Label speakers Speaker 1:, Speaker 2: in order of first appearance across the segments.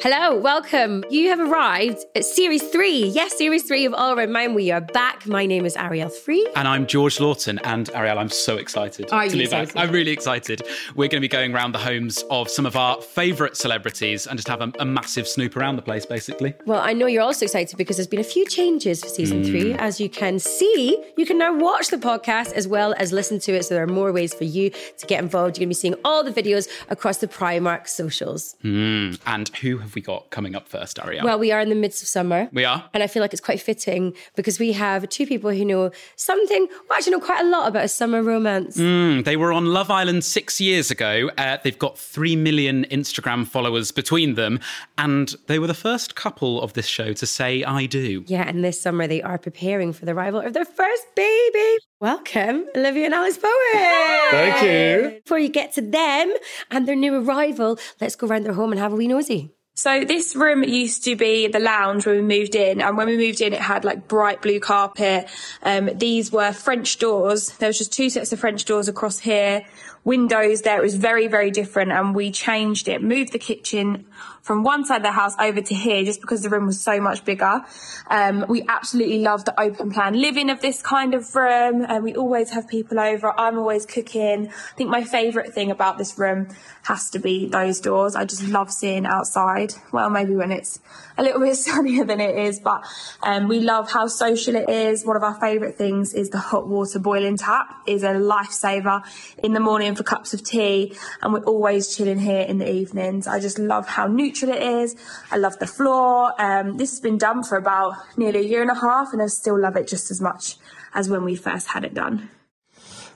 Speaker 1: Hello, welcome. You have arrived at series three. Yes, series three of All Around Mine. We are back. My name is Ariel Free.
Speaker 2: And I'm George Lawton. And Ariel, I'm so excited
Speaker 1: Are
Speaker 2: to
Speaker 1: you
Speaker 2: be back.
Speaker 1: excited?
Speaker 2: I'm really excited. We're going to be going around the homes of some of our favourite celebrities and just have a, a massive snoop around the place, basically.
Speaker 1: Well, I know you're also excited because there's been a few changes for season three. As you can see, you can now watch the podcast as well as listen to it. So there are more ways for you to get involved. You're going to be seeing all the videos across the Primark socials.
Speaker 2: And who have we got coming up first, Ariel?
Speaker 1: Well, we are in the midst of summer.
Speaker 2: we are.
Speaker 1: And I feel like it's quite fitting because we have two people who know something, well, actually know quite a lot about a summer romance.
Speaker 2: Mm, They were on Love Island six years ago. Uh, they've got 3 million Instagram followers between them. And they were the first couple of this show to say, I do.
Speaker 1: Yeah, and this summer they are preparing for the arrival of their first baby. Welcome, Olivia and Alice Bowen.
Speaker 3: Thank you.
Speaker 1: Before you get to them and their new arrival, let's go round their home and have a wee nosy.
Speaker 4: So this room used to be the lounge when we moved in, and when we moved in, it had like bright blue carpet. Um, these were French doors. There was just two sets of French doors across here, windows there. It was very, very different, and we changed it, moved the kitchen from one side of the house over to here, just because the room was so much bigger. Um, we absolutely love the open plan living of this kind of room, and we always have people over. I'm always cooking. I think my favourite thing about this room has to be those doors. I just love seeing outside. Well, maybe when it's a little bit sunnier than it is, but um, we love how social it is. One of our favourite things is the hot water boiling tap is a lifesaver in the morning for cups of tea, and we're always chilling here in the evenings. I just love how neutral it is. I love the floor. Um, this has been done for about nearly a year and a half, and I still love it just as much as when we first had it done.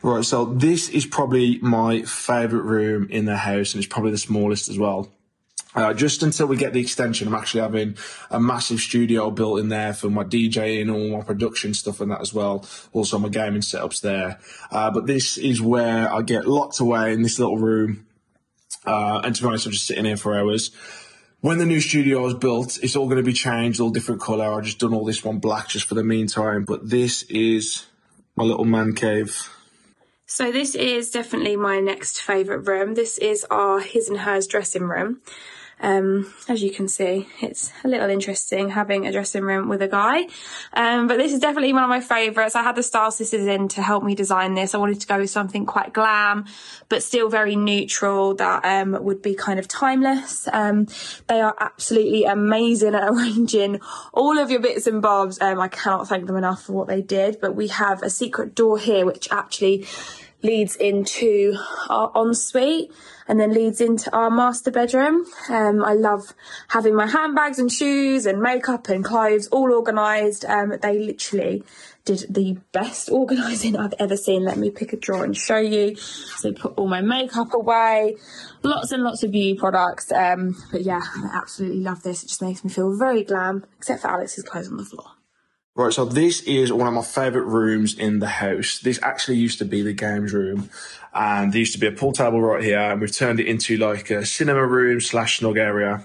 Speaker 3: Right, so this is probably my favourite room in the house, and it's probably the smallest as well. Uh, just until we get the extension, I'm actually having a massive studio built in there for my DJing, all my production stuff, and that as well. Also, my gaming setups there. Uh, but this is where I get locked away in this little room. Uh, and to be honest, I'm just sitting here for hours. When the new studio is built, it's all going to be changed, all different colour. I've just done all this one black just for the meantime. But this is my little man cave.
Speaker 4: So this is definitely my next favourite room. This is our his and hers dressing room. Um, as you can see, it's a little interesting having a dressing room with a guy. Um, but this is definitely one of my favourites. I had the Style Sisters in to help me design this. I wanted to go with something quite glam, but still very neutral that um, would be kind of timeless. Um, they are absolutely amazing at arranging all of your bits and bobs. Um, I cannot thank them enough for what they did. But we have a secret door here, which actually leads into our ensuite and then leads into our master bedroom. Um, I love having my handbags and shoes and makeup and clothes all organised. Um, they literally did the best organising I've ever seen. Let me pick a drawer and show you. So put all my makeup away, lots and lots of beauty products. Um, but yeah, I absolutely love this. It just makes me feel very glam, except for Alex's clothes on the floor.
Speaker 3: Right, so this is one of my favourite rooms in the house. This actually used to be the games room, and there used to be a pool table right here, and we've turned it into like a cinema room slash snug area.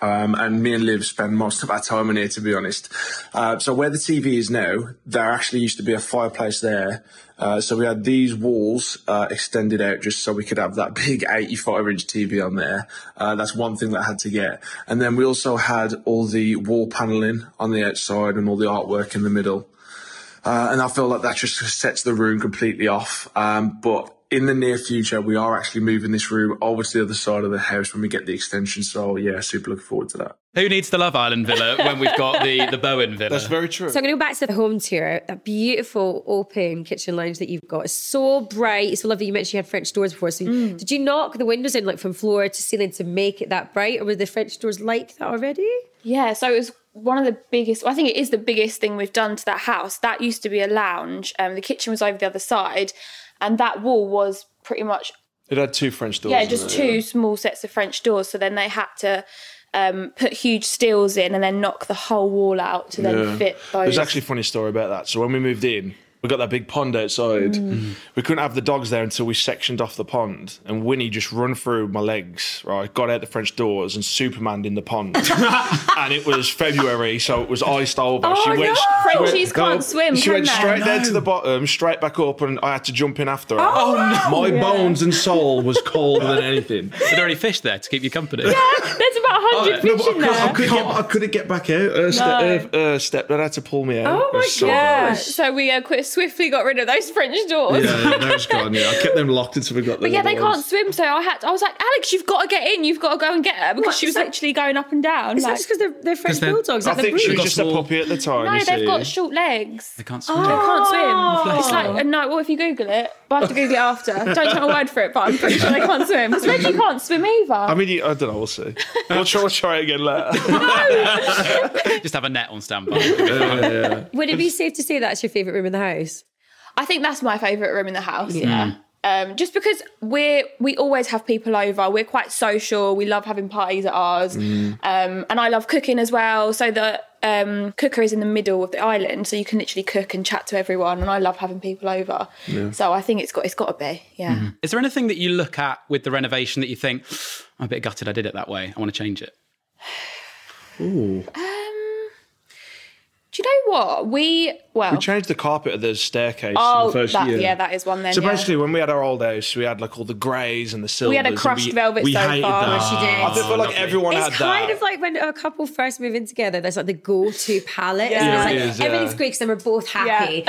Speaker 3: Um, and me and Liv spend most of our time in here, to be honest. Uh, so where the TV is now, there actually used to be a fireplace there. Uh, so we had these walls uh, extended out just so we could have that big 85-inch TV on there. Uh, that's one thing that I had to get. And then we also had all the wall paneling on the outside and all the artwork in the middle. Uh, and I feel like that just sets the room completely off. Um, but in the near future, we are actually moving this room over to the other side of the house when we get the extension. So yeah, super looking forward to that.
Speaker 2: Who needs the Love Island villa when we've got the, the Bowen villa?
Speaker 3: very true.
Speaker 1: So I'm going to go back to the home tour. That beautiful open kitchen lounge that you've got is so bright. It's so lovely. You mentioned you had French doors before. So
Speaker 3: Mm.
Speaker 1: did you knock the windows in like from floor to ceiling to make it that bright, or were the French doors like that already?
Speaker 5: Yeah, so it was one of the biggest. I think it is the biggest thing we've done to that house. That used to be a lounge. Um, the kitchen was over the other side, and that wall was pretty much
Speaker 3: It had two French doors.
Speaker 5: yeah, just two small sets of French doors. So then they had to um, put huge steels in and then knock the whole wall out to then fit those.
Speaker 3: There's actually a funny story about that. So when we moved in, we got that big pond outside.
Speaker 5: Mm.
Speaker 3: We couldn't have the dogs there until we sectioned off the pond. And Winnie just run through my legs, right? Got out the French doors and Supermaned in the pond. and it was February, so it was iced over.
Speaker 5: Oh, no.
Speaker 3: she went-
Speaker 5: Frenchies can't swim,
Speaker 3: She
Speaker 5: can
Speaker 3: went
Speaker 5: they?
Speaker 3: straight down to the bottom, straight back up, and I had to jump in after her. Oh, no. My bones and soul was colder than anything.
Speaker 2: Are there any fish there to keep you company?
Speaker 5: There's about Did you
Speaker 3: Oh, No, but I,
Speaker 5: pigeon
Speaker 3: could, I,
Speaker 5: there?
Speaker 3: could get, I couldn't get back out. Uh, step, uh, uh, stepdad had to pull me out.
Speaker 1: Oh
Speaker 3: It was
Speaker 1: my
Speaker 3: so
Speaker 1: gosh.
Speaker 5: Yeah,
Speaker 3: bad.
Speaker 5: So we uh, quite swiftly got rid of those French doors.
Speaker 3: Yeah, yeah, that was gone. Yeah, I kept them locked until we got.
Speaker 5: But yeah, they can't swim, so I had. I was like, Alex, you've got to get in. You've got to go and get her because
Speaker 1: What,
Speaker 5: she
Speaker 1: is
Speaker 5: was
Speaker 1: that-
Speaker 5: literally going up and down.
Speaker 1: Is that
Speaker 5: Like,
Speaker 1: just because they're, they're French
Speaker 2: they're-
Speaker 1: bulldogs?
Speaker 3: I
Speaker 1: Like
Speaker 3: think
Speaker 1: the
Speaker 3: she
Speaker 2: They've
Speaker 3: was
Speaker 2: got
Speaker 3: just a
Speaker 2: small-
Speaker 3: puppy at the time.
Speaker 5: no,
Speaker 3: you see.
Speaker 5: they've got short legs.
Speaker 2: They can't swim.
Speaker 5: They
Speaker 1: Oh.
Speaker 5: can't swim. It's
Speaker 2: Bless
Speaker 5: like a no. Well, if you Google it, but I have to Google it after. Don't take my word for it, but I'm pretty sure they can't swim because Reggie can't swim either.
Speaker 3: I mean, you- I don't know. We'll see. We'll try. We'll try it again later.
Speaker 2: Just have a net on standby.
Speaker 1: Would it be safe to say that's your favourite room in the house?
Speaker 5: I think that's my favourite room in the house. Yeah.
Speaker 3: Mm.
Speaker 5: Um, just because we're we always have people over, we're quite social. We love having parties at ours,
Speaker 3: Mm.
Speaker 5: um, and I love cooking as well. So the um, cooker is in the middle of the island, so you can literally cook and chat to everyone. And I love having people over. So I think it's got it's got to be yeah.
Speaker 3: Mm-hmm.
Speaker 2: Is there anything that you look at with the renovation that you think, I'm a bit gutted I did it that way. I want to change it?
Speaker 5: Do you know what we well?
Speaker 3: We changed the carpet of the staircase. in
Speaker 5: oh,
Speaker 3: the first
Speaker 5: that,
Speaker 3: year.
Speaker 5: yeah, that is one then.
Speaker 3: So
Speaker 5: yeah.
Speaker 3: basically, when we had our old house, we had like all the greys and the silvers.
Speaker 5: we had a
Speaker 3: and
Speaker 5: crushed
Speaker 3: we-
Speaker 5: velvet
Speaker 3: we
Speaker 5: sofa.
Speaker 3: hated that.
Speaker 5: which she did.
Speaker 3: I feel like
Speaker 2: lovely.
Speaker 3: everyone had
Speaker 1: It's kind
Speaker 3: that.
Speaker 1: of like when a couple first move in together, there's like the go to palette.
Speaker 5: Yeah.
Speaker 1: Yeah,
Speaker 5: Yeah,
Speaker 1: like,
Speaker 3: it is, yeah.
Speaker 1: Everything's great because then we're both happy.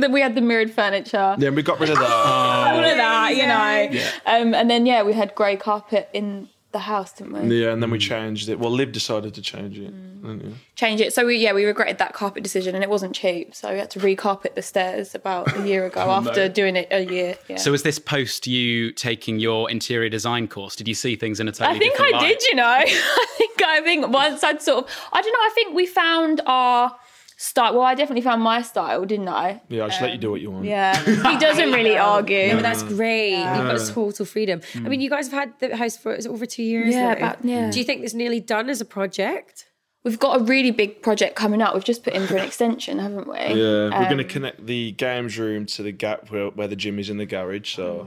Speaker 5: Then we had the mirrored furniture.
Speaker 3: yeah, we got rid of that.
Speaker 5: all of that, you know. Um, and then yeah, we had grey carpet in the house, didn't we?
Speaker 3: yeah, and then we changed it. Well, Lib decided to change it.
Speaker 5: Mm.
Speaker 3: didn't you?
Speaker 5: Change it. So we yeah, we regretted that carpet decision, and it wasn't cheap. So we had to recarpet the stairs about a year ago after doing it a year. Yeah.
Speaker 2: So, was this post you taking your interior design course? Did you see things in a totally
Speaker 5: I think
Speaker 2: different
Speaker 5: I
Speaker 2: light?
Speaker 5: did, you know. I think I think once I'd sort of I don't know, I think we found our style. Well, I definitely found my style, didn't I?
Speaker 3: Yeah, I just let you do what you want.
Speaker 5: Yeah. He doesn't really argue.
Speaker 1: No, but that's great. You've got total freedom.
Speaker 3: Mm.
Speaker 1: I mean, you guys have had the house for is it over two years.
Speaker 5: Yeah,
Speaker 1: now?
Speaker 5: about- yeah.
Speaker 1: Do you think it's nearly done as a project?
Speaker 5: We've got a really big project coming up. We've just put in for an extension, haven't we?
Speaker 3: Yeah, we're
Speaker 5: Um,
Speaker 3: going to connect the games room to the gap where, where the gym is in the garage. So,
Speaker 5: Oh.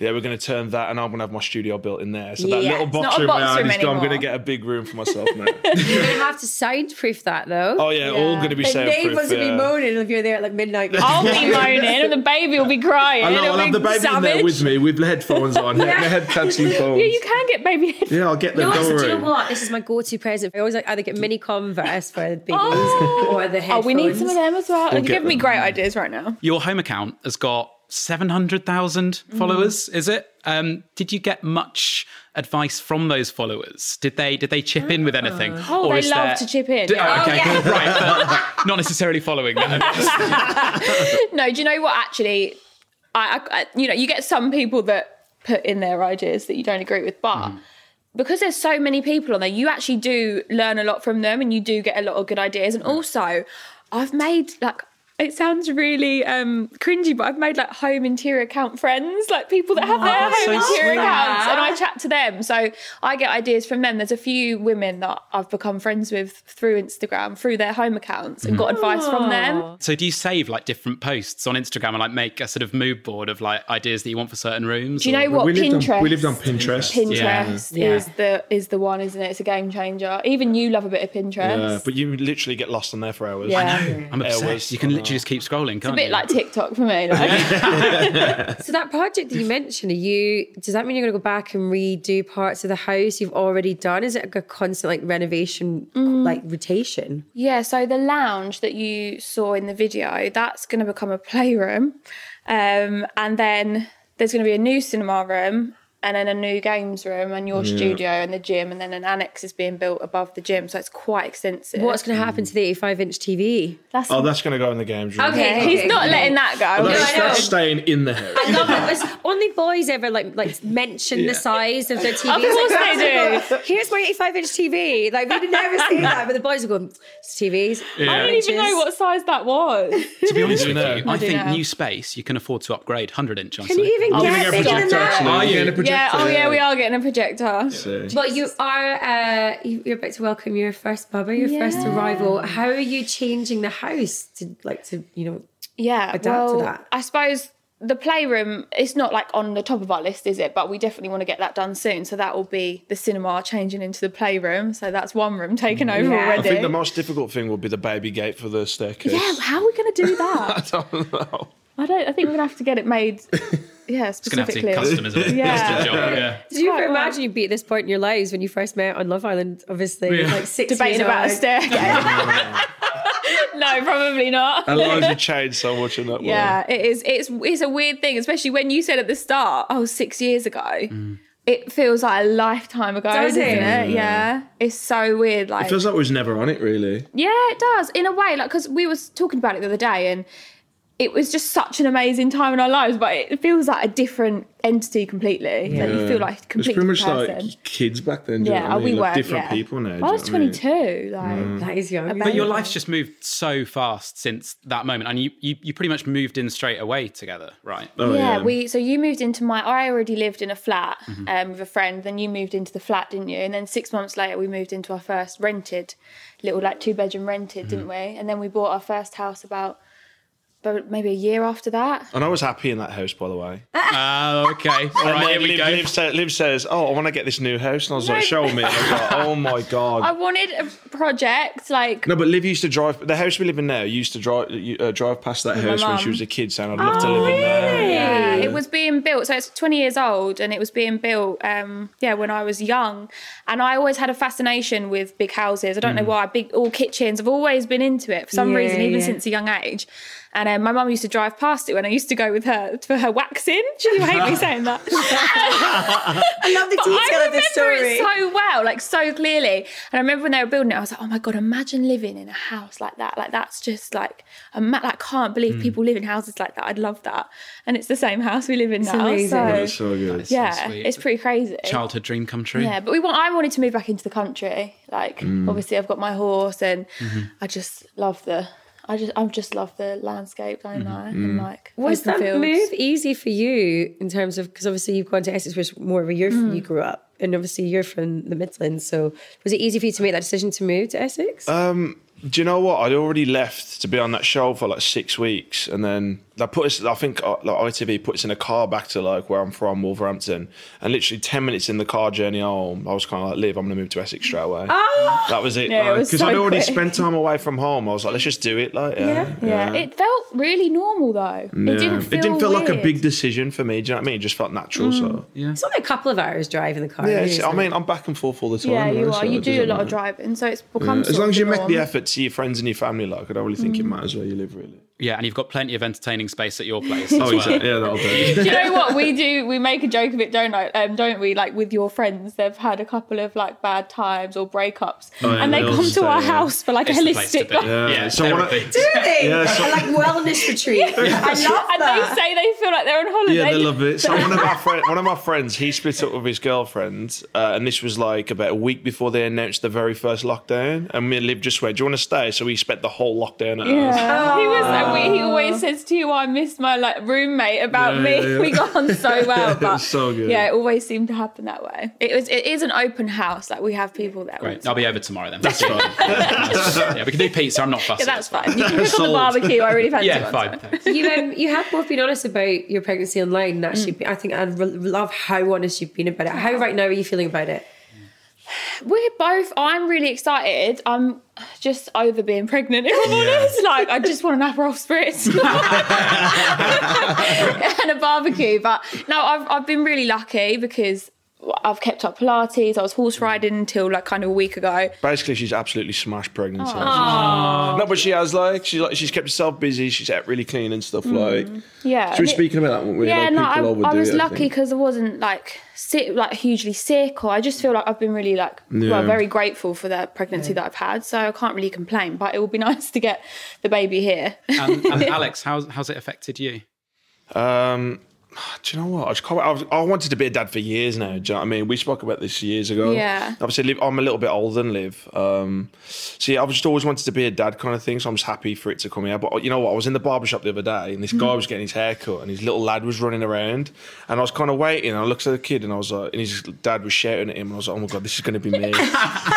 Speaker 3: yeah, we're going to turn that, and I'm going to have my studio built in there. So that
Speaker 1: Yeah,
Speaker 3: little
Speaker 1: it's
Speaker 5: not
Speaker 3: box
Speaker 5: a
Speaker 3: room
Speaker 5: box
Speaker 3: I
Speaker 5: room
Speaker 3: had is gone. I'm going to
Speaker 5: anymore.
Speaker 3: get a big room for myself now.
Speaker 1: You're gonna have to soundproof that though.
Speaker 3: oh yeah, all
Speaker 5: Yeah.
Speaker 3: going to be
Speaker 1: the
Speaker 3: soundproof.
Speaker 1: neighbours will be
Speaker 3: yeah.
Speaker 1: moaning if you're there at like midnight.
Speaker 5: I'll be moaning and the baby will be crying.
Speaker 3: I
Speaker 5: It'll
Speaker 3: will have
Speaker 5: be
Speaker 3: the baby in
Speaker 5: savage.
Speaker 3: there with me with the headphones on, yeah. the head fancy phones.
Speaker 5: Yeah, you can get baby head.
Speaker 3: Yeah, I'll get them.
Speaker 1: No,
Speaker 3: don't
Speaker 1: actually, do
Speaker 3: worry.
Speaker 1: you know what? This is my go-to present. I always like, either get mini Converse for the babies
Speaker 5: Oh.
Speaker 1: or the
Speaker 5: Oh,
Speaker 1: headphones.
Speaker 5: we need some of them as well. You're
Speaker 3: get
Speaker 5: giving me
Speaker 3: them.
Speaker 5: great ideas right now.
Speaker 2: Your home account has got 700,000
Speaker 5: Mm-hmm.
Speaker 2: followers, is it? Um, did you get much advice from those followers? Did they did they chip in with anything?
Speaker 5: Oh,
Speaker 2: Or
Speaker 5: they
Speaker 2: is
Speaker 5: love
Speaker 2: there-
Speaker 5: to chip in.
Speaker 2: Oh, okay, right. but not necessarily following that.
Speaker 5: No, do you know what? Actually, I, I, I- you know, you get some people that put in their ideas that you don't agree with, but.
Speaker 2: Hmm.
Speaker 5: Because there's so many people on there, you actually do learn a lot from them, and you do get a lot of good ideas. And also, I've made like it sounds really um, cringy, but I've made like home interior account friends, like people that have their
Speaker 2: that's
Speaker 5: home
Speaker 2: so
Speaker 5: interior
Speaker 2: sweet.
Speaker 5: accounts, and I chat to them. So I get ideas from them. There's a few women that I've become friends with through Instagram, through their home accounts, and got advice from them.
Speaker 2: so do you save like different posts on Instagram and like make a sort of mood board of like ideas that you want for certain rooms?
Speaker 5: Do you
Speaker 2: or-
Speaker 5: know what
Speaker 3: we lived,
Speaker 5: Pinterest?
Speaker 3: on, we lived on Pinterest.
Speaker 5: Pinterest
Speaker 1: Yeah.
Speaker 5: is the is the one, isn't it? It's a game changer. Even you love a bit of Pinterest.
Speaker 3: Yeah, but you literally get lost on there for hours.
Speaker 5: Yeah. I
Speaker 2: I'm obsessed.
Speaker 3: Airways.
Speaker 2: You can literally just keep scrolling, can't
Speaker 5: a bit
Speaker 2: you?
Speaker 5: like TikTok for me. Like.
Speaker 1: So that project that you mentioned, are you? Does that mean you're going to go back and redo parts of the house you've already done? Is it like a constant like renovation, like rotation?
Speaker 5: yeah. So the lounge that you saw in the video, that's going to become a playroom, um, and then there's going to be a new cinema room. And then a new games room and your studio and the gym, and then an annex is being built above the gym, so it's quite extensive.
Speaker 1: What's going to happen to the 85 inch TV?
Speaker 5: that's
Speaker 3: Oh, that's going to go in the games room.
Speaker 1: Okay.
Speaker 5: yeah, he's not letting that go.
Speaker 3: That's,
Speaker 1: I know.
Speaker 3: that's staying in the house.
Speaker 1: Love it. It's Only boys ever like like mention the size of their TV.
Speaker 5: Of course they
Speaker 1: do. Here's my 85 inch TV. Like we'd never seen that, but the boys would go, it's TVs.
Speaker 5: I didn't even know what size that was.
Speaker 2: to be honest with you, I
Speaker 5: do
Speaker 2: think
Speaker 5: now.
Speaker 2: new space you can afford to upgrade 100 inch.
Speaker 1: Can you even
Speaker 5: gonna
Speaker 1: get
Speaker 5: get
Speaker 1: bigger than
Speaker 5: projector,
Speaker 1: that?
Speaker 5: actually.
Speaker 2: Are you?
Speaker 5: Yeah. Oh yeah, we are getting a projector.
Speaker 1: But you are uh, you- you're about to welcome your first bubba, your first arrival. How are you changing the house to like to you know?
Speaker 5: yeah,
Speaker 1: adapt to
Speaker 5: well,
Speaker 1: that?
Speaker 5: I suppose the playroom it's not like on the top of our list, is it? But we definitely want to get that done soon. So that will be the cinema changing into the playroom. So that's one room taken over
Speaker 1: Yeah. I
Speaker 5: already.
Speaker 3: I think the most difficult thing will be the baby gate for the staircase.
Speaker 5: yeah, how are we going to do that?
Speaker 3: I don't know.
Speaker 5: I don't. I think we're going to have to get it made yeah,
Speaker 2: It's going to have
Speaker 5: specifically.
Speaker 2: to customers of it.
Speaker 5: Yeah.
Speaker 2: That's the job. Yeah.
Speaker 1: Did you
Speaker 5: quite
Speaker 1: ever
Speaker 5: a lot.
Speaker 1: imagine you'd be at this point in your lives when you first met on Love Island? Obviously,
Speaker 2: Yeah.
Speaker 1: like six years
Speaker 5: Debating about a
Speaker 1: old.
Speaker 5: staircase. no, probably not.
Speaker 3: Our lives have changed so much in that world.
Speaker 5: Yeah, it is. It's it's a weird thing, especially when you said at the start, "Oh, six years ago."
Speaker 3: Mm.
Speaker 5: It feels like a lifetime ago,
Speaker 1: Does
Speaker 5: doesn't
Speaker 1: it?
Speaker 5: it? Yeah, it's so weird. Like,
Speaker 3: It feels like we was never on it, really.
Speaker 5: yeah, it does in a way. Like, because we was talking about it the other day, and it was just such an amazing time in our lives. But it feels like a different entity completely. Like, you feel like a
Speaker 3: It's
Speaker 5: completely
Speaker 3: pretty much
Speaker 5: different person.
Speaker 3: like kids back then. Do you know
Speaker 5: yeah,
Speaker 3: what I
Speaker 5: we
Speaker 3: mean?
Speaker 5: were
Speaker 3: like different
Speaker 5: yeah.
Speaker 3: people now. do you
Speaker 5: I
Speaker 3: know
Speaker 5: was
Speaker 3: what I mean? Mm.
Speaker 5: twenty two. Like,
Speaker 1: That is young.
Speaker 5: But
Speaker 2: But your
Speaker 5: Yeah.
Speaker 2: life's just moved so fast since that moment, and you, you, you pretty much moved in straight away together, right?
Speaker 3: Oh,
Speaker 5: yeah, we. So you moved into my. I already lived in a flat um, with a friend. Then you moved into the flat, didn't you? And then six months later, we moved into our first rented, little like two bedroom rented, didn't we? And then we bought our first house about, but maybe a year after that.
Speaker 3: And I was happy in that house, by the way.
Speaker 2: Oh, okay. All
Speaker 3: And
Speaker 2: right, here
Speaker 3: then
Speaker 2: we
Speaker 3: Liv,
Speaker 2: go.
Speaker 3: Liv, sa- Liv says, "Oh, I want to get this new house," and I was like, "Show me!" And I was like, "Oh my god!"
Speaker 5: I wanted a project like.
Speaker 3: No, but Liv used to drive. The house we live in now used to drive uh, drive past that house when she
Speaker 5: mum. Oh,
Speaker 3: was a kid, saying, "I'd love to live in
Speaker 1: Oh,
Speaker 3: there."
Speaker 5: Yeah, it was being built. So it's 20 years old, and it was being built. Um, yeah, when I was young, and I always had a fascination with big houses. I don't know
Speaker 3: Mm.
Speaker 5: why. Big all kitchens. I've always been into it for some
Speaker 1: Yeah,
Speaker 5: reason, even
Speaker 1: yeah.
Speaker 5: since a young age. And um, my mum used to drive past it when I used to go with her for her waxing. She hate me saying that.
Speaker 1: I love the
Speaker 5: But
Speaker 1: detail
Speaker 5: I
Speaker 1: of this
Speaker 5: remember
Speaker 1: story.
Speaker 5: it so well, like so clearly. And I remember when they were building it, I was like, oh my god, imagine living in a house like that. Like that's just like I ma- like can't believe
Speaker 3: Hmm.
Speaker 5: people live in houses like that. I'd love that. And it's the same house we live in now.
Speaker 1: amazing.
Speaker 5: So,
Speaker 3: That's so good.
Speaker 5: yeah,
Speaker 2: sweet.
Speaker 5: it's pretty crazy.
Speaker 2: Childhood dream come true.
Speaker 5: Yeah, but we want. I wanted to move back into the country. Like
Speaker 3: Hmm.
Speaker 5: obviously, I've got my horse, and
Speaker 3: Mm-hmm.
Speaker 5: I just love the. I just, I just love the landscape, don't
Speaker 3: Mm-hmm.
Speaker 5: I? And like,
Speaker 1: Was
Speaker 5: open
Speaker 1: that
Speaker 5: fields.
Speaker 1: move easy for you in terms of because obviously you've gone to Essex, which is more where you're from, you grew up, and obviously you're from the Midlands. So was it easy for you to make that decision to move to Essex?
Speaker 3: Do you know what? I'd already left to be on that show for like six weeks, and then they put us. I think uh, like ITV puts in a car back to like where I'm from, Wolverhampton, and literally ten minutes in the car journey home, I was kind of like, "Liv, I'm gonna move to Essex straight away." that was it.
Speaker 5: Ah! Yeah, it
Speaker 3: like,
Speaker 5: was so
Speaker 3: I'd already
Speaker 5: quick.
Speaker 3: spent time away from home. I was like, "Let's just do it." Like, yeah,
Speaker 5: Yeah. it felt really normal though. It didn't feel.
Speaker 3: it didn't feel like a
Speaker 5: weird.
Speaker 3: big decision for me. Do you know what I mean? It just felt natural. So yeah,
Speaker 1: it's only a couple of hours drive in the car. really,
Speaker 3: it's- I
Speaker 1: isn't it?
Speaker 3: mean, I'm back and forth all the time.
Speaker 5: Yeah,
Speaker 3: right?
Speaker 5: you
Speaker 3: So
Speaker 5: are. You
Speaker 3: it
Speaker 5: do a
Speaker 3: doesn't
Speaker 5: lot of
Speaker 3: matter.
Speaker 5: driving, so it's become.
Speaker 3: As
Speaker 5: sort
Speaker 3: long
Speaker 5: of
Speaker 3: as you
Speaker 5: the
Speaker 3: make the
Speaker 5: norm.
Speaker 3: effort to see your friends and your family, like I don't really think it matters where you live, really.
Speaker 2: Yeah, and you've got plenty of entertaining space at your place. as well.
Speaker 3: Oh,
Speaker 5: Oh,
Speaker 3: Yeah, that'll do.
Speaker 5: Do you know what we do? We make a joke of it, don't I? Um, don't we? Like with your friends, they've had a couple of like bad times or breakups,
Speaker 3: yeah,
Speaker 5: and they
Speaker 3: they all
Speaker 5: come
Speaker 3: stay,
Speaker 5: to our
Speaker 3: yeah.
Speaker 5: house for like
Speaker 2: It's
Speaker 5: a
Speaker 2: the place to
Speaker 5: holistic.
Speaker 2: be. Yeah,
Speaker 3: so when I-
Speaker 2: therapy.
Speaker 1: do they?
Speaker 3: Yeah, so-
Speaker 1: I like wellness retreat. I love
Speaker 5: And
Speaker 1: that.
Speaker 5: they say they feel like they're on holiday.
Speaker 3: Yeah, they love it. So one of our friend, one of my friends, he split up with his girlfriend, uh, and this was like about a week before they announced the very first lockdown. And me and Liv just went, "Do you want to stay?" So we spent the whole lockdown at us.
Speaker 5: Yeah. He was. and we- he
Speaker 1: Oh.
Speaker 5: always says to you, "Oh, "I miss my like roommate." About
Speaker 3: Yeah,
Speaker 5: me,
Speaker 3: yeah, yeah.
Speaker 5: we got on so well. But
Speaker 3: so good.
Speaker 5: Yeah, it always seemed to happen that way. It was. It is an open house. Like we have people there. all the
Speaker 2: Great.
Speaker 5: time.
Speaker 2: I'll be over tomorrow then. That's fine. yeah, we can do pizza. I'm not fussy.
Speaker 5: Yeah, that's fine. You can cook on
Speaker 3: Sold.
Speaker 5: the barbecue. I really fancy
Speaker 2: Yeah,
Speaker 5: one.
Speaker 2: fine. thanks.
Speaker 1: you um, you have both been honest about your pregnancy online. And actually, I think I re- love how honest you've been about it. How right now are you feeling about it?
Speaker 5: We're both. I'm really excited. I'm just over being pregnant. If I'm honest, like I just want an Aperol spritz and a barbecue. But no, I've I've been really lucky because I've kept up Pilates. I was horse riding until like kind of a week ago.
Speaker 3: Basically, she's absolutely smashed pregnancy. No, but she has like she's like she's kept herself busy. She's ate really clean and stuff. Like,
Speaker 5: Yeah.
Speaker 3: so we're speaking about that, weren't we?
Speaker 5: yeah,
Speaker 3: like,
Speaker 5: no,
Speaker 3: people
Speaker 5: I, I
Speaker 3: overdo
Speaker 5: was
Speaker 3: it,
Speaker 5: lucky
Speaker 3: think.
Speaker 5: because I wasn't like sick, like hugely sick, or I just feel like I've been really like
Speaker 3: Yeah.
Speaker 5: well, very grateful for the pregnancy that I've had, so I can't really complain. But it will be nice to get the baby here.
Speaker 2: And, Um, and Alex, how's how's it affected you?
Speaker 3: Um, do you know what? I, just can't, I, was, I wanted to be a dad for years now. Do you know what I mean? We spoke about this years ago.
Speaker 5: Yeah.
Speaker 3: Obviously, Liv, I'm a little bit older than Liv. Um, so yeah, I've just always wanted to be a dad kind of thing. So I'm just happy for it to come here. But you know what? I was in the barbershop the other day and this guy
Speaker 5: Mm.
Speaker 3: was getting his hair cut and his little lad was running around. And I was kind of waiting. And I looked at the kid and I was like, and his dad was shouting at him. And I was like, oh my God, this is going to be me.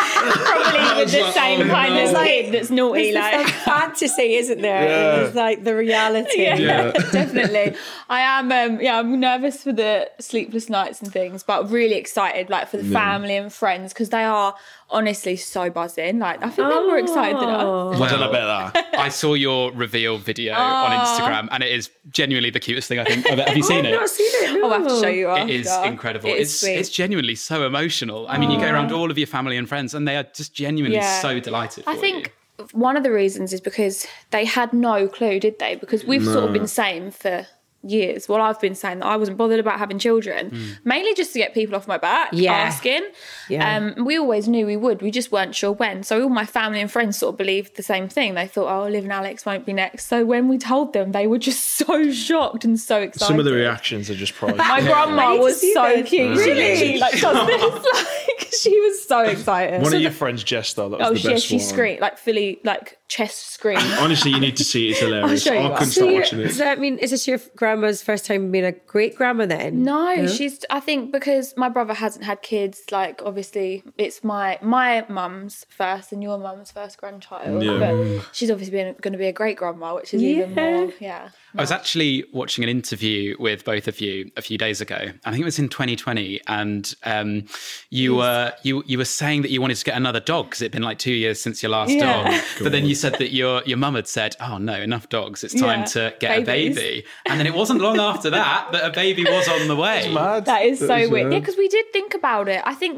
Speaker 5: Probably with the same
Speaker 2: oh,
Speaker 5: kind of kid that's naughty, like.
Speaker 1: fantasy, isn't there?
Speaker 3: Yeah.
Speaker 1: It's like the reality.
Speaker 5: Yeah, definitely. I am. Um, yeah, yeah, I'm nervous for the sleepless nights and things, but really excited like for the family and friends because they are honestly so buzzing. Like I think they're more excited than
Speaker 1: Oh.
Speaker 5: us.
Speaker 2: Well,
Speaker 6: I don't know about that.
Speaker 2: I saw your reveal video on Instagram, and it is genuinely the cutest thing I think. I've- Have you seen
Speaker 1: I've
Speaker 2: it?
Speaker 1: not seen it. No.
Speaker 5: I'll have to show you
Speaker 2: It
Speaker 5: after.
Speaker 2: is incredible.
Speaker 5: It is
Speaker 2: it's
Speaker 5: sweet.
Speaker 2: it's genuinely so emotional. I mean, you go around all of your family and friends, and they are just genuinely
Speaker 5: Yeah.
Speaker 2: so delighted.
Speaker 5: I
Speaker 2: for
Speaker 5: think one of the reasons is because they had no clue, did they? Because we've sort of been saying for years, well, I've been saying that I wasn't bothered about having children,
Speaker 6: Mm.
Speaker 5: mainly just to get people off my back,
Speaker 1: Yeah.
Speaker 5: asking.
Speaker 1: Yeah.
Speaker 5: Um, we always knew we would, we just weren't sure when. So all my family and friends sort of believed the same thing. They thought, oh, Liv and Alex won't be next. So when we told them, they were just so shocked and so excited.
Speaker 6: Some of the reactions are just probably.
Speaker 5: My
Speaker 1: I
Speaker 5: grandma
Speaker 1: need to
Speaker 5: was
Speaker 1: see
Speaker 5: so
Speaker 1: this.
Speaker 5: cute. She
Speaker 1: Really?
Speaker 5: literally like does this. Like she was so excited.
Speaker 6: One of your friends, Jess, though, that was
Speaker 5: Oh,
Speaker 6: the
Speaker 5: yeah,
Speaker 6: best
Speaker 5: she
Speaker 6: one.
Speaker 5: screamed like fully like chest screamed.
Speaker 6: Honestly, you need to see it. It's hilarious.
Speaker 5: show you
Speaker 6: I
Speaker 5: that.
Speaker 6: couldn't
Speaker 1: So,
Speaker 6: stop
Speaker 1: you-
Speaker 6: watching it.
Speaker 1: so, I mean, is this your grandma's first time being a great grandma then?
Speaker 5: no, she's. I think because my brother hasn't had kids. Like obviously, it's my my mum's first and your mum's first grandchild.
Speaker 6: Yeah.
Speaker 5: But she's obviously been going to be a great grandma, which is even
Speaker 1: Yeah.
Speaker 5: more. Yeah.
Speaker 2: I was actually watching an interview with both of you a few days ago. I think it was in 2020, and um, you were you you were saying that you wanted to get another dog because it'd been like two years since your last
Speaker 5: Yeah.
Speaker 6: Oh,
Speaker 2: dog. But then you said that your your mum had said, "Oh no, enough dogs. It's time
Speaker 5: Yeah.
Speaker 2: to get
Speaker 5: Babies.
Speaker 2: a baby." And then it wasn't long after that that a baby was on the way.
Speaker 5: That is so weird. Yeah,
Speaker 6: mad.
Speaker 5: because we did think about it. I think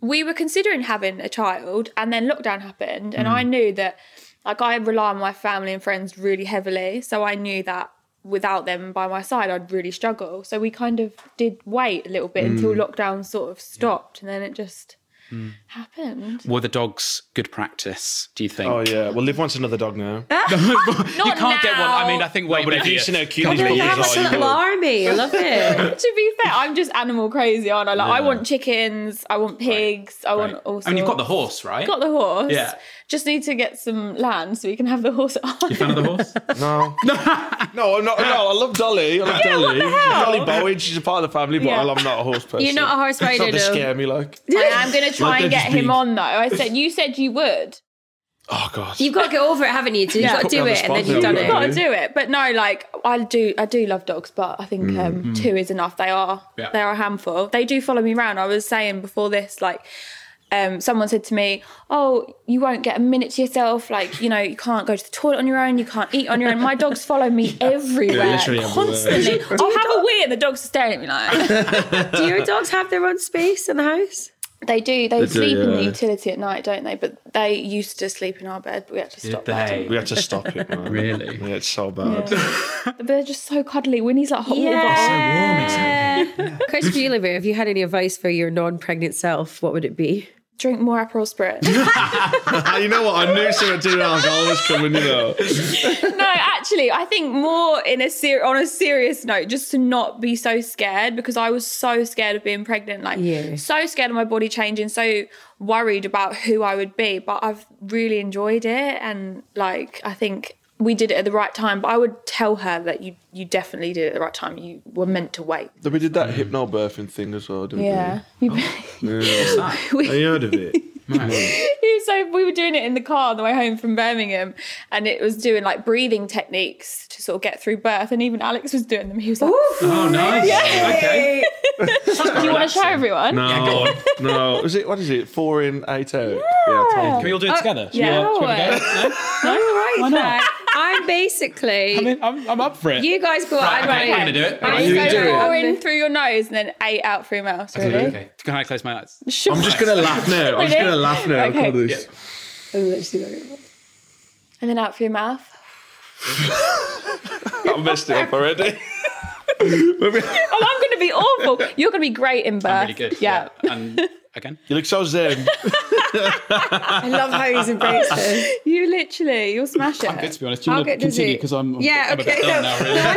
Speaker 5: we were considering having a child, and then lockdown happened, and I
Speaker 2: Mm.
Speaker 5: knew that, like, I rely on my family and friends really heavily, so I knew that without them by my side, I'd really struggle. So we kind of did wait a little bit until
Speaker 2: Mm.
Speaker 5: lockdown sort of stopped, and then it just happened.
Speaker 2: Were the dogs good practice? Do you think?
Speaker 6: Oh yeah. Well, Liv wants another dog now.
Speaker 2: you can't get one. I
Speaker 5: now.
Speaker 2: mean, I think wait,
Speaker 6: but if
Speaker 2: maybe
Speaker 6: you see how cute
Speaker 2: couple
Speaker 6: these
Speaker 2: of
Speaker 1: Oh,
Speaker 6: puppies
Speaker 1: you
Speaker 2: years
Speaker 6: are, you
Speaker 1: have a little
Speaker 6: will.
Speaker 1: army. I love it.
Speaker 5: to be fair, I'm just animal crazy, aren't I? Like, I want chickens, I want pigs, I
Speaker 2: Right.
Speaker 5: want all sorts.
Speaker 2: I mean, you've got the horse, right?
Speaker 5: Got the horse.
Speaker 2: Yeah.
Speaker 5: Just need to get some land so we can have the horse on.
Speaker 2: Fan of the horse?
Speaker 6: No. no, I'm not. No, I love Dolly. I love Dolly. Dolly Bowen, she's a part of the family, but
Speaker 5: Yeah.
Speaker 6: I'm not a horse person.
Speaker 1: You're not a horse
Speaker 6: It's
Speaker 1: rider,
Speaker 6: not to
Speaker 1: though.
Speaker 6: scare me, like.
Speaker 5: I am going to try
Speaker 6: Like
Speaker 5: and
Speaker 6: they're
Speaker 5: get
Speaker 6: just big.
Speaker 5: him on though. I said you said you would.
Speaker 6: Oh god.
Speaker 1: You've got to get over it, haven't you? You've got to
Speaker 6: put me
Speaker 1: do
Speaker 6: on the
Speaker 1: it, and then
Speaker 6: spot
Speaker 1: you've
Speaker 6: now,
Speaker 1: done
Speaker 6: you've
Speaker 1: it.
Speaker 6: got
Speaker 5: Got
Speaker 6: Really?
Speaker 5: to do it, but no, like I do. I do love dogs, but I
Speaker 6: Mm.
Speaker 5: think um, two is enough. They are.
Speaker 2: Yeah.
Speaker 5: They are a handful. They do follow me around. I was saying before this, like. Um, someone said to me, "Oh, you won't get a minute to yourself. Like, you know, you can't go to the toilet on your own. You can't eat on your own. My dogs follow me everywhere,
Speaker 6: literally everywhere.
Speaker 5: constantly. I'll have a wee, and the dogs are staring at me like.
Speaker 1: Do your dogs have their own space in the house?
Speaker 5: They do. They,
Speaker 6: They do,
Speaker 5: sleep in
Speaker 6: yeah.
Speaker 5: the utility at night, don't they? But they used to sleep in our bed, but we had to stop that. didn't
Speaker 6: We had to stop it, man.
Speaker 2: Really?
Speaker 6: Yeah, it's so bad.
Speaker 5: we? But They're just so cuddly. Winnie's like hot water.
Speaker 1: Chris Bueller, have you had any advice for your non-pregnant self? What would it be?
Speaker 5: Drink more Aperol Spritz.
Speaker 6: Ah, you know what? I knew someone doing alcohol was coming, you know.
Speaker 5: no, actually, I think more in a ser- on a serious note, just to not be so scared because I was so scared of being pregnant, like
Speaker 1: Yeah.
Speaker 5: so scared of my body changing, so worried about who I would be. But I've really enjoyed it, and like I think we did it at the right time. But I would tell her that you you definitely did it at the right time. You were meant to wait.
Speaker 6: Then we did that hypnobirthing thing as well, didn't
Speaker 5: Yeah.
Speaker 6: we? Yeah.
Speaker 5: we,
Speaker 6: Have you heard of it?
Speaker 5: It was so we were doing it in the car on the way home from Birmingham, and it was doing like breathing techniques to sort of get through birth. And even Alex was doing them. He was like,
Speaker 2: Oh, nice. Okay.
Speaker 5: "Do you want to show everyone?"
Speaker 6: No, no. Was it? What is it? Four in, eight out. Yeah, totally.
Speaker 2: Can we all do it together? Shall
Speaker 5: yeah.
Speaker 2: we all- shall we have a go? No?
Speaker 1: All right,
Speaker 2: not?
Speaker 1: then. I'm basically.
Speaker 2: I mean, I'm, I'm up for it.
Speaker 1: you guys go.
Speaker 2: Right,
Speaker 1: out.
Speaker 2: okay, I'm gonna do it. Right,
Speaker 5: You
Speaker 6: you do
Speaker 5: go
Speaker 6: it.
Speaker 5: four in through your nose and then eight out through your mouth. Really?
Speaker 2: Okay. Can I close my eyes?
Speaker 5: Sure.
Speaker 6: I'm just gonna laugh now. I'm just gonna laugh now.
Speaker 5: Okay.
Speaker 6: Okay. This.
Speaker 5: and then out through your mouth.
Speaker 6: I messed it up already.
Speaker 5: Oh, I'm going to be awful. You're going to be great in birth.
Speaker 2: I'm really good.
Speaker 5: Yeah.
Speaker 2: And again.
Speaker 6: you look so zen.
Speaker 1: I love how he's embraced it.
Speaker 5: You literally, you'll smash it.
Speaker 2: I'm good to be honest. Do you
Speaker 1: I'll
Speaker 2: want to
Speaker 1: get dizzy.
Speaker 2: continue because I'm, I'm
Speaker 1: Yeah,
Speaker 2: I'm a bit
Speaker 1: okay,
Speaker 2: done
Speaker 1: no.
Speaker 2: now.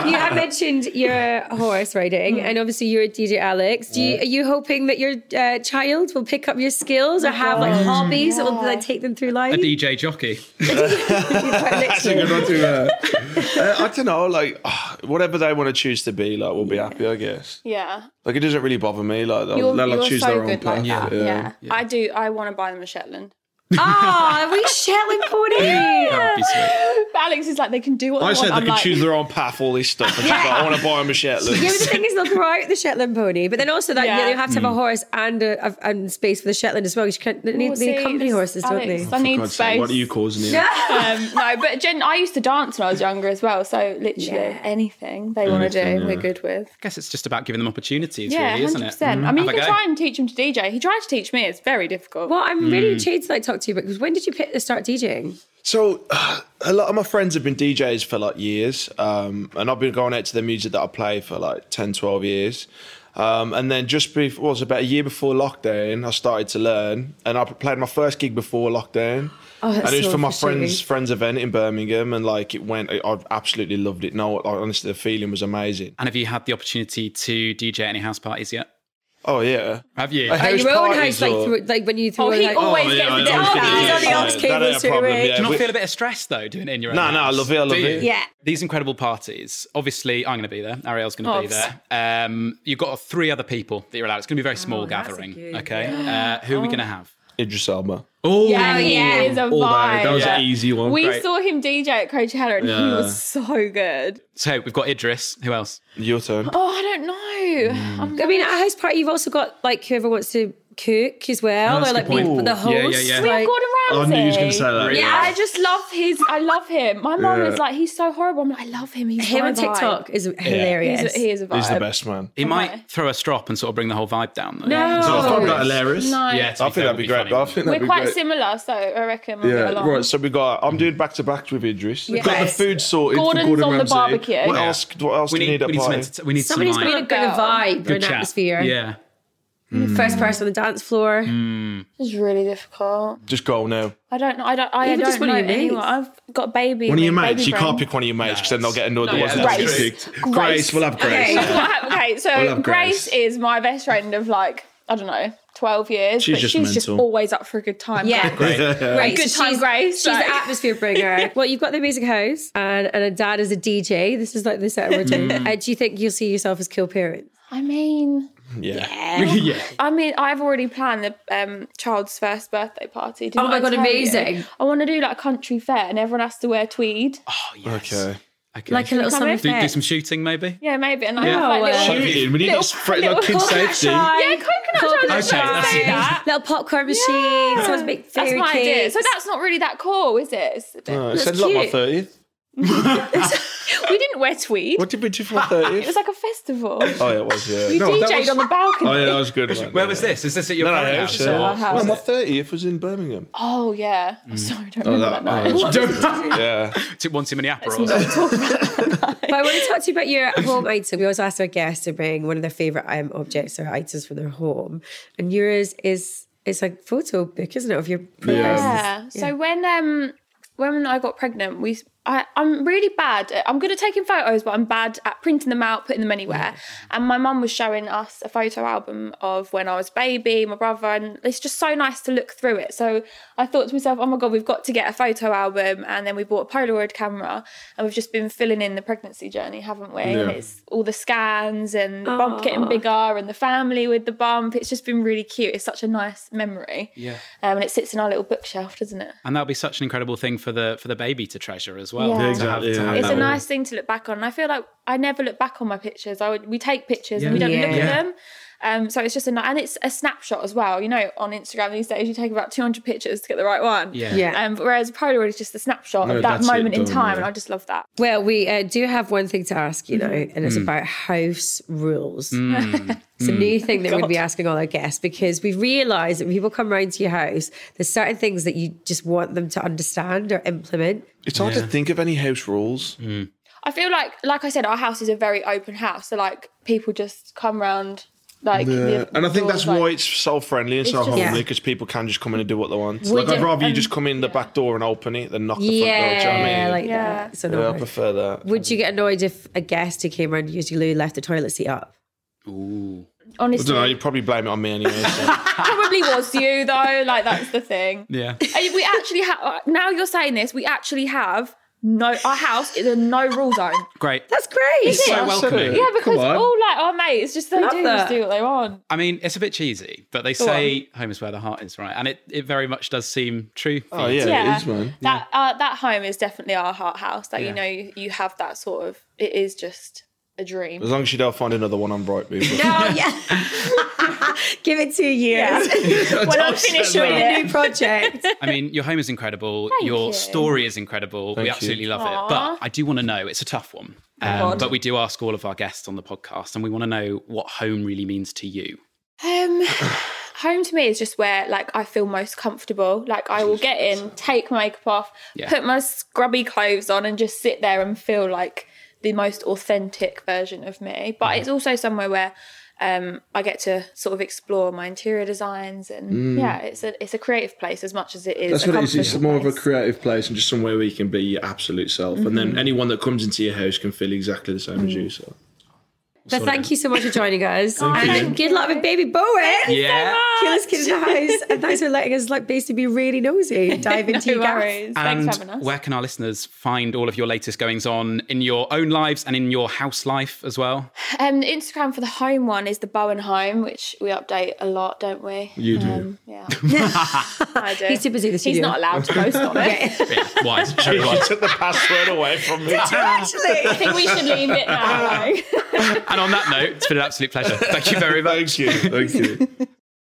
Speaker 2: Really.
Speaker 1: You have mentioned your horse riding,
Speaker 5: Mm.
Speaker 1: and obviously you're a DJ Alex. Do you, are you hoping that your uh, child will pick up your skills or
Speaker 5: Oh
Speaker 1: have like hobbies that will like, take them through life?
Speaker 2: A DJ jockey.
Speaker 6: That's a good one too. uh, uh, I don't know. Like ah, whatever they want to choose to be, like we'll be happy. I guess.
Speaker 5: Yeah.
Speaker 6: Like it doesn't really bother me. Like they'll,
Speaker 5: You're,
Speaker 6: they'll
Speaker 5: you're
Speaker 6: choose
Speaker 5: so
Speaker 6: their own
Speaker 5: good
Speaker 6: path.
Speaker 5: like that. Yeah. I do. I want to buy them a Shetland.
Speaker 1: Ah, we shelling for it.
Speaker 2: That'd be sweet.
Speaker 5: But Alex is like, they can do what
Speaker 3: I
Speaker 5: they
Speaker 3: said
Speaker 5: want.
Speaker 3: they
Speaker 5: I'm
Speaker 3: could
Speaker 5: like,
Speaker 3: choose their own path, all this stuff. And she's like, I want to buy them a Shetland.
Speaker 1: Yeah, but the thing is, they'll grow out the Shetland pony, but then also that
Speaker 5: Yeah.
Speaker 1: you have to have a horse and a, a- and space for the Shetland as well. 'cause You can't, they need,
Speaker 5: "Oh,
Speaker 1: they need
Speaker 5: see,
Speaker 1: company
Speaker 5: this-
Speaker 1: horses, don't
Speaker 5: Alex,
Speaker 1: they?
Speaker 5: I need
Speaker 3: God's
Speaker 5: space.
Speaker 3: sake, what are you causing here?
Speaker 5: um, no, but Jen, I used to dance when I was younger as well. So literally anything they want to do,
Speaker 3: Anything,
Speaker 5: we're
Speaker 3: yeah.
Speaker 5: good with.
Speaker 2: I guess it's just about giving them opportunities,
Speaker 5: Yeah,
Speaker 3: Mm-hmm.
Speaker 2: really, isn't
Speaker 5: hundred
Speaker 2: it? Mm-hmm.
Speaker 5: percent. I mean, you
Speaker 2: Have a
Speaker 5: can
Speaker 2: go.
Speaker 5: try and teach him to DJ. He tried to teach me. It's very difficult.
Speaker 1: Well, I'm really intrigued to like talk to you because when did you pick to start DJing?
Speaker 3: So a lot of my friends have been DJs for like years, um, and I've been going out to the music that I play for like 10, 12 years. Um, and then just before, well, it was about a year before lockdown, I started to learn, and I played my first gig before lockdown.
Speaker 1: Oh, that's
Speaker 3: and it was
Speaker 1: so
Speaker 3: for my
Speaker 1: frustrating.
Speaker 3: friends friends event in Birmingham, and like it went, I, I absolutely loved it. No, like, honestly, the feeling was amazing.
Speaker 2: And have you had the opportunity to DJ any house parties yet?
Speaker 3: Oh yeah,
Speaker 2: Have you?
Speaker 1: At
Speaker 3: House
Speaker 1: your own house,
Speaker 3: parties
Speaker 1: like,
Speaker 3: or-
Speaker 1: through, like when you threw
Speaker 5: Oh, he
Speaker 1: like,
Speaker 5: always
Speaker 3: yeah,
Speaker 5: gets
Speaker 3: I
Speaker 5: the
Speaker 3: know.
Speaker 5: down.
Speaker 1: Yeah,
Speaker 5: He's
Speaker 1: yeah,
Speaker 5: on the
Speaker 1: yeah.
Speaker 5: arse
Speaker 1: That
Speaker 5: cable.
Speaker 1: ain't a problem, yeah.
Speaker 2: Do you
Speaker 3: Uh, we-
Speaker 2: not feel a bit of stress though doing it in your own
Speaker 3: No, no, I
Speaker 2: house?
Speaker 3: love it, I
Speaker 2: Do
Speaker 3: love
Speaker 2: you?
Speaker 3: it.
Speaker 1: Yeah.
Speaker 2: These incredible parties. Obviously, I'm going to be there. Ariel's going to be
Speaker 5: Obs.
Speaker 2: there. Um, you've got three other people that you're allowed. It's going to be a very small
Speaker 1: Oh, that's a
Speaker 2: gathering.
Speaker 1: good- Oh.
Speaker 2: okay. Uh, who are we going to have?
Speaker 3: Idris Elba.
Speaker 2: Oh,
Speaker 5: Yeah,
Speaker 1: yeah.
Speaker 5: he is a
Speaker 3: All
Speaker 5: vibe.
Speaker 3: day. That was
Speaker 5: Yeah.
Speaker 3: an easy one.
Speaker 5: We
Speaker 3: Great.
Speaker 5: saw him DJ at Coachella and he
Speaker 3: Yeah.
Speaker 5: was so good.
Speaker 2: So we've got Idris. Who else?
Speaker 3: Your turn.
Speaker 5: Oh, I don't know.
Speaker 3: Mm.
Speaker 5: I'm
Speaker 1: I
Speaker 5: gonna-
Speaker 1: mean, at a house party, you've also got like whoever wants to cook as well,
Speaker 2: that's
Speaker 1: or
Speaker 2: a
Speaker 1: like
Speaker 2: good point.
Speaker 1: the, the
Speaker 2: Ooh.
Speaker 1: host.
Speaker 2: Yeah, yeah, yeah.
Speaker 5: we have
Speaker 1: like-
Speaker 5: Gordon
Speaker 3: Oh, I
Speaker 5: Ramsay.
Speaker 3: knew you was going to say that.
Speaker 5: Yeah, I just love his. I love him. My mom
Speaker 3: Yeah.
Speaker 5: was like, he's so horrible. I'm like, I love him. He's
Speaker 1: him
Speaker 5: my
Speaker 1: on
Speaker 5: vibe.
Speaker 1: TikTok is
Speaker 5: He's
Speaker 1: hilarious.
Speaker 5: a, he is a vibe.
Speaker 3: He's the best man.
Speaker 2: He might throw a strop and sort of bring the whole vibe down. Though.
Speaker 1: No. So I
Speaker 3: found that hilarious.
Speaker 5: No.
Speaker 2: Yeah,
Speaker 3: I think that'd be great. but I think that'd
Speaker 5: We're
Speaker 3: be
Speaker 5: quite
Speaker 3: great.
Speaker 5: similar, so I reckon we'll get
Speaker 3: Yeah,
Speaker 5: along.
Speaker 3: right. So we got. I'm doing back to back with Idris. We've got the
Speaker 1: Yes.
Speaker 3: food sorted.
Speaker 5: Gordon's
Speaker 3: for Gordon
Speaker 5: on the
Speaker 3: Ramsay.
Speaker 5: barbecue.
Speaker 3: What
Speaker 5: Yeah.
Speaker 3: else? What else
Speaker 2: we
Speaker 3: do you
Speaker 2: need,
Speaker 3: need at
Speaker 2: we need some,
Speaker 3: party?
Speaker 2: enter- we need
Speaker 1: Somebody's
Speaker 2: some
Speaker 1: got
Speaker 2: like,
Speaker 1: to bring a vibe or
Speaker 2: good
Speaker 1: an
Speaker 2: chat.
Speaker 1: atmosphere.
Speaker 2: Yeah.
Speaker 1: Mm.
Speaker 2: Mm.
Speaker 1: First person on the dance floor.
Speaker 5: It's really difficult.
Speaker 3: Just go now.
Speaker 5: I don't know. I don't. I
Speaker 1: Even
Speaker 5: don't
Speaker 1: just one
Speaker 5: know
Speaker 1: of your mates.
Speaker 5: anyone. I've got baby.
Speaker 3: One of your
Speaker 5: baby
Speaker 3: mates. You
Speaker 5: brain.
Speaker 3: can't pick one of your mates because then they'll get annoyed. the
Speaker 2: No,
Speaker 3: ones
Speaker 2: yeah,
Speaker 3: that
Speaker 5: that's
Speaker 3: you
Speaker 5: Grace.
Speaker 3: picked.
Speaker 5: Grace.
Speaker 3: We'll have Grace.
Speaker 1: Okay.
Speaker 5: What happened- okay, so
Speaker 3: love Grace.
Speaker 5: Grace. is my best friend of like I don't know twelve years,
Speaker 3: She's
Speaker 5: but
Speaker 3: just
Speaker 5: she's just
Speaker 3: mental.
Speaker 5: always up for a good time.
Speaker 1: Yeah.
Speaker 5: Like,
Speaker 1: Right.
Speaker 5: Good
Speaker 1: so
Speaker 5: time,
Speaker 1: she's,
Speaker 5: Grace,
Speaker 1: She's
Speaker 5: like-
Speaker 1: the atmosphere bringer. well, you've got the amazing house and, and a dad is a DJ. This is like the
Speaker 2: Mm.
Speaker 1: set we're doing. Uh, do you think you'll see yourself as cool parents?
Speaker 5: I mean,
Speaker 3: Yeah.
Speaker 2: yeah.
Speaker 5: I mean, I've already planned the um, child's first birthday party. Didn't
Speaker 1: Oh my
Speaker 5: I
Speaker 1: God,
Speaker 5: tell you?
Speaker 1: amazing.
Speaker 5: I want to do like a country fair, and everyone has to wear tweed.
Speaker 2: Oh, yes.
Speaker 3: Okay.
Speaker 2: Okay.
Speaker 1: Like a little
Speaker 5: Come
Speaker 1: summer
Speaker 5: in.
Speaker 2: do, do
Speaker 1: fair.
Speaker 2: some shooting, maybe.
Speaker 5: Yeah, maybe. And I
Speaker 1: Yeah.
Speaker 5: have like
Speaker 1: Oh,
Speaker 5: little.
Speaker 1: well.
Speaker 3: Shooting. We need
Speaker 5: Little-
Speaker 3: to spread
Speaker 5: little
Speaker 3: like kid
Speaker 1: Coconut
Speaker 3: safety.
Speaker 1: shy.
Speaker 5: Yeah, coconut
Speaker 1: Coconut
Speaker 5: child. I
Speaker 2: Okay,
Speaker 5: shouldn't say
Speaker 2: that's-
Speaker 5: that.
Speaker 1: Little popcorn machine. Someone's big fairy
Speaker 5: That's my idea.
Speaker 1: cakes.
Speaker 5: So that's not really that cool, is it? It's a bit-
Speaker 3: Uh, it sounds like my
Speaker 1: cute.
Speaker 3: thirtieth.
Speaker 5: we didn't wear tweed.
Speaker 3: What did we do for my
Speaker 5: It
Speaker 3: thirtieth?
Speaker 5: was like a festival.
Speaker 3: Oh yeah, it was. Yeah.
Speaker 5: You DJ'd on the balcony.
Speaker 3: Oh yeah, that was good. one,
Speaker 2: Where
Speaker 3: yeah.
Speaker 2: was this? Is this at your
Speaker 3: No, no,
Speaker 2: parents'
Speaker 3: no,
Speaker 2: house?
Speaker 3: sure.
Speaker 2: or-
Speaker 5: our house.
Speaker 3: no, my thirtieth was in Birmingham.
Speaker 5: Oh yeah. I'm Sorry, I don't remember that, night.
Speaker 3: Mm. oh, that's- yeah.
Speaker 2: Took one too many Aperols.
Speaker 1: But I want to talk to you about your home item. We always ask our guests to bring one of their favorite um, objects or items from their home, and yours is it's a photo book, isn't it, of your parents?
Speaker 5: Yeah. So when um when I got pregnant, we I, I'm really bad. At, I'm good at taking photos, but I'm bad at printing them out, putting them anywhere. And my mum was showing us a photo album of when I was a baby, my brother, and it's just so nice to look through it. So I thought to myself, oh my god, we've got to get a photo album. And then we bought a Polaroid camera, and we've just been filling in the pregnancy journey, haven't we? And
Speaker 3: Yeah.
Speaker 5: it's all the scans and the bump getting bigger, and the family with the bump. It's just been really cute. It's such a nice memory.
Speaker 2: Yeah.
Speaker 5: Um, and it sits in our little bookshelf, doesn't it?
Speaker 2: And that'll be such an incredible thing for the for the baby to treasure as well.
Speaker 5: Yeah.
Speaker 2: to have-
Speaker 3: Exactly,
Speaker 2: to have
Speaker 3: yeah.
Speaker 5: It's
Speaker 2: that
Speaker 5: a
Speaker 3: one.
Speaker 5: nice thing to look back on. I feel like I never look back on my pictures. I would, we take pictures and we
Speaker 2: Yeah.
Speaker 5: don't look
Speaker 1: Yeah.
Speaker 5: at them. Um, so it's just a ni- and it's a snapshot as well. You know, on Instagram these days you take about two hundred pictures to get the right one.
Speaker 2: Yeah.
Speaker 1: Yeah.
Speaker 5: Um, whereas Polaroid is just a snapshot
Speaker 3: No,
Speaker 5: of that
Speaker 3: that's it,
Speaker 5: moment in
Speaker 3: done,
Speaker 5: time,
Speaker 3: yeah.
Speaker 5: and I just love that.
Speaker 1: Well, we uh, do have one thing to ask you now, and
Speaker 3: Mm.
Speaker 1: it's about house rules. It's a new thing that we're going to be asking all our guests because we realise that when people come round to your house, there's certain things that you just want them to understand or implement.
Speaker 3: It's hard to think of any house rules.
Speaker 5: I feel like, like I said, our house is a very open house. So like people just come round, like,
Speaker 3: Yeah,
Speaker 5: the-
Speaker 3: and I think
Speaker 5: doors,
Speaker 3: that's
Speaker 5: like-
Speaker 3: why it's so friendly and so
Speaker 5: just-
Speaker 3: homely
Speaker 1: Yeah.
Speaker 3: because people can just come in and do what they want.
Speaker 1: We
Speaker 3: like I'd
Speaker 1: don't-
Speaker 3: rather you
Speaker 5: and-
Speaker 3: just come in the back door and open it than knock the front door. Do you know what I
Speaker 1: Yeah,
Speaker 3: mean?
Speaker 1: like
Speaker 5: Yeah.
Speaker 1: that. So
Speaker 3: yeah,
Speaker 1: no.
Speaker 3: I prefer that.
Speaker 1: Would you get annoyed if a guest who came round usually left the toilet seat up?
Speaker 2: Ooh.
Speaker 3: I
Speaker 5: honestly,
Speaker 3: don't know. You probably blame it on me anyway. so.
Speaker 5: probably was you though. Like that's the thing.
Speaker 2: Yeah.
Speaker 5: Uh, we actually have now you're saying this we actually have no, our house is a no rule zone.
Speaker 2: Great.
Speaker 1: That's great.
Speaker 2: It's so welcoming.
Speaker 5: Yeah,
Speaker 6: Come
Speaker 5: because
Speaker 6: on.
Speaker 5: all like our mates just they
Speaker 1: Love
Speaker 5: do
Speaker 1: that.
Speaker 5: just do what they want.
Speaker 2: I mean, it's a bit cheesy, but they say home is where the heart is, right? And it, it very much does seem true. For
Speaker 6: Oh
Speaker 2: you
Speaker 6: yeah,
Speaker 2: too.
Speaker 5: Yeah.
Speaker 6: it is, man.
Speaker 5: That uh, that home is definitely our heart house. That
Speaker 2: Yeah.
Speaker 5: you know you, you have that sort of it is just a dream.
Speaker 6: As long as you don't find another one on Brightmove.
Speaker 1: Oh yeah. Give it two years.
Speaker 5: when I'm finished with
Speaker 1: Doing a
Speaker 5: it,
Speaker 1: new project.
Speaker 2: I mean, your home is incredible. your
Speaker 5: you.
Speaker 2: story is incredible. we
Speaker 6: you.
Speaker 2: absolutely love it.
Speaker 5: Aw.
Speaker 2: But I do want to know, it's a tough one. Um, but we do ask all of our guests on the podcast, and we want to know what home really means to you.
Speaker 5: Um, home to me is just where like I feel most comfortable. Like I will get in, take my makeup off,
Speaker 2: Yeah.
Speaker 5: put my scrubby clothes on, and just sit there and feel like the most authentic version of me.
Speaker 6: Mm.
Speaker 5: But it's also somewhere where um, I get to sort of explore my interior designs, and yeah, it's a it's a creative place as much as it
Speaker 6: Mm.
Speaker 5: is.
Speaker 6: That's
Speaker 5: a
Speaker 6: what it is. It's
Speaker 5: comfortable
Speaker 6: more of a
Speaker 5: place.
Speaker 6: creative place and just somewhere where you can be your absolute self. And then anyone that comes into your house can feel exactly the same as you. So
Speaker 1: But thank you so much for joining us.
Speaker 6: you.
Speaker 1: and good luck with baby Bowen.
Speaker 2: Yeah.
Speaker 1: Kill us, kid in the house. And thanks for letting us like basically be really nosy. Dive into
Speaker 5: No
Speaker 1: your gaff.
Speaker 5: worries. Thanks
Speaker 2: And
Speaker 5: for having us.
Speaker 2: where can our listeners find all of your latest goings on in your own lives and in your house life as well?
Speaker 5: Um, the Instagram for the home one is the Bowen Home, which we update a lot, don't we?
Speaker 6: you do.
Speaker 5: Um, yeah, I do.
Speaker 1: He's too busy this
Speaker 5: He's
Speaker 1: year.
Speaker 5: not allowed to post on it.
Speaker 2: Yeah, wise. Sure, wise.
Speaker 6: took the password away from me.
Speaker 5: I think we should leave it now. though.
Speaker 2: And on that note, it's been an absolute pleasure. Thank you very much.
Speaker 6: Thank you. Thank you.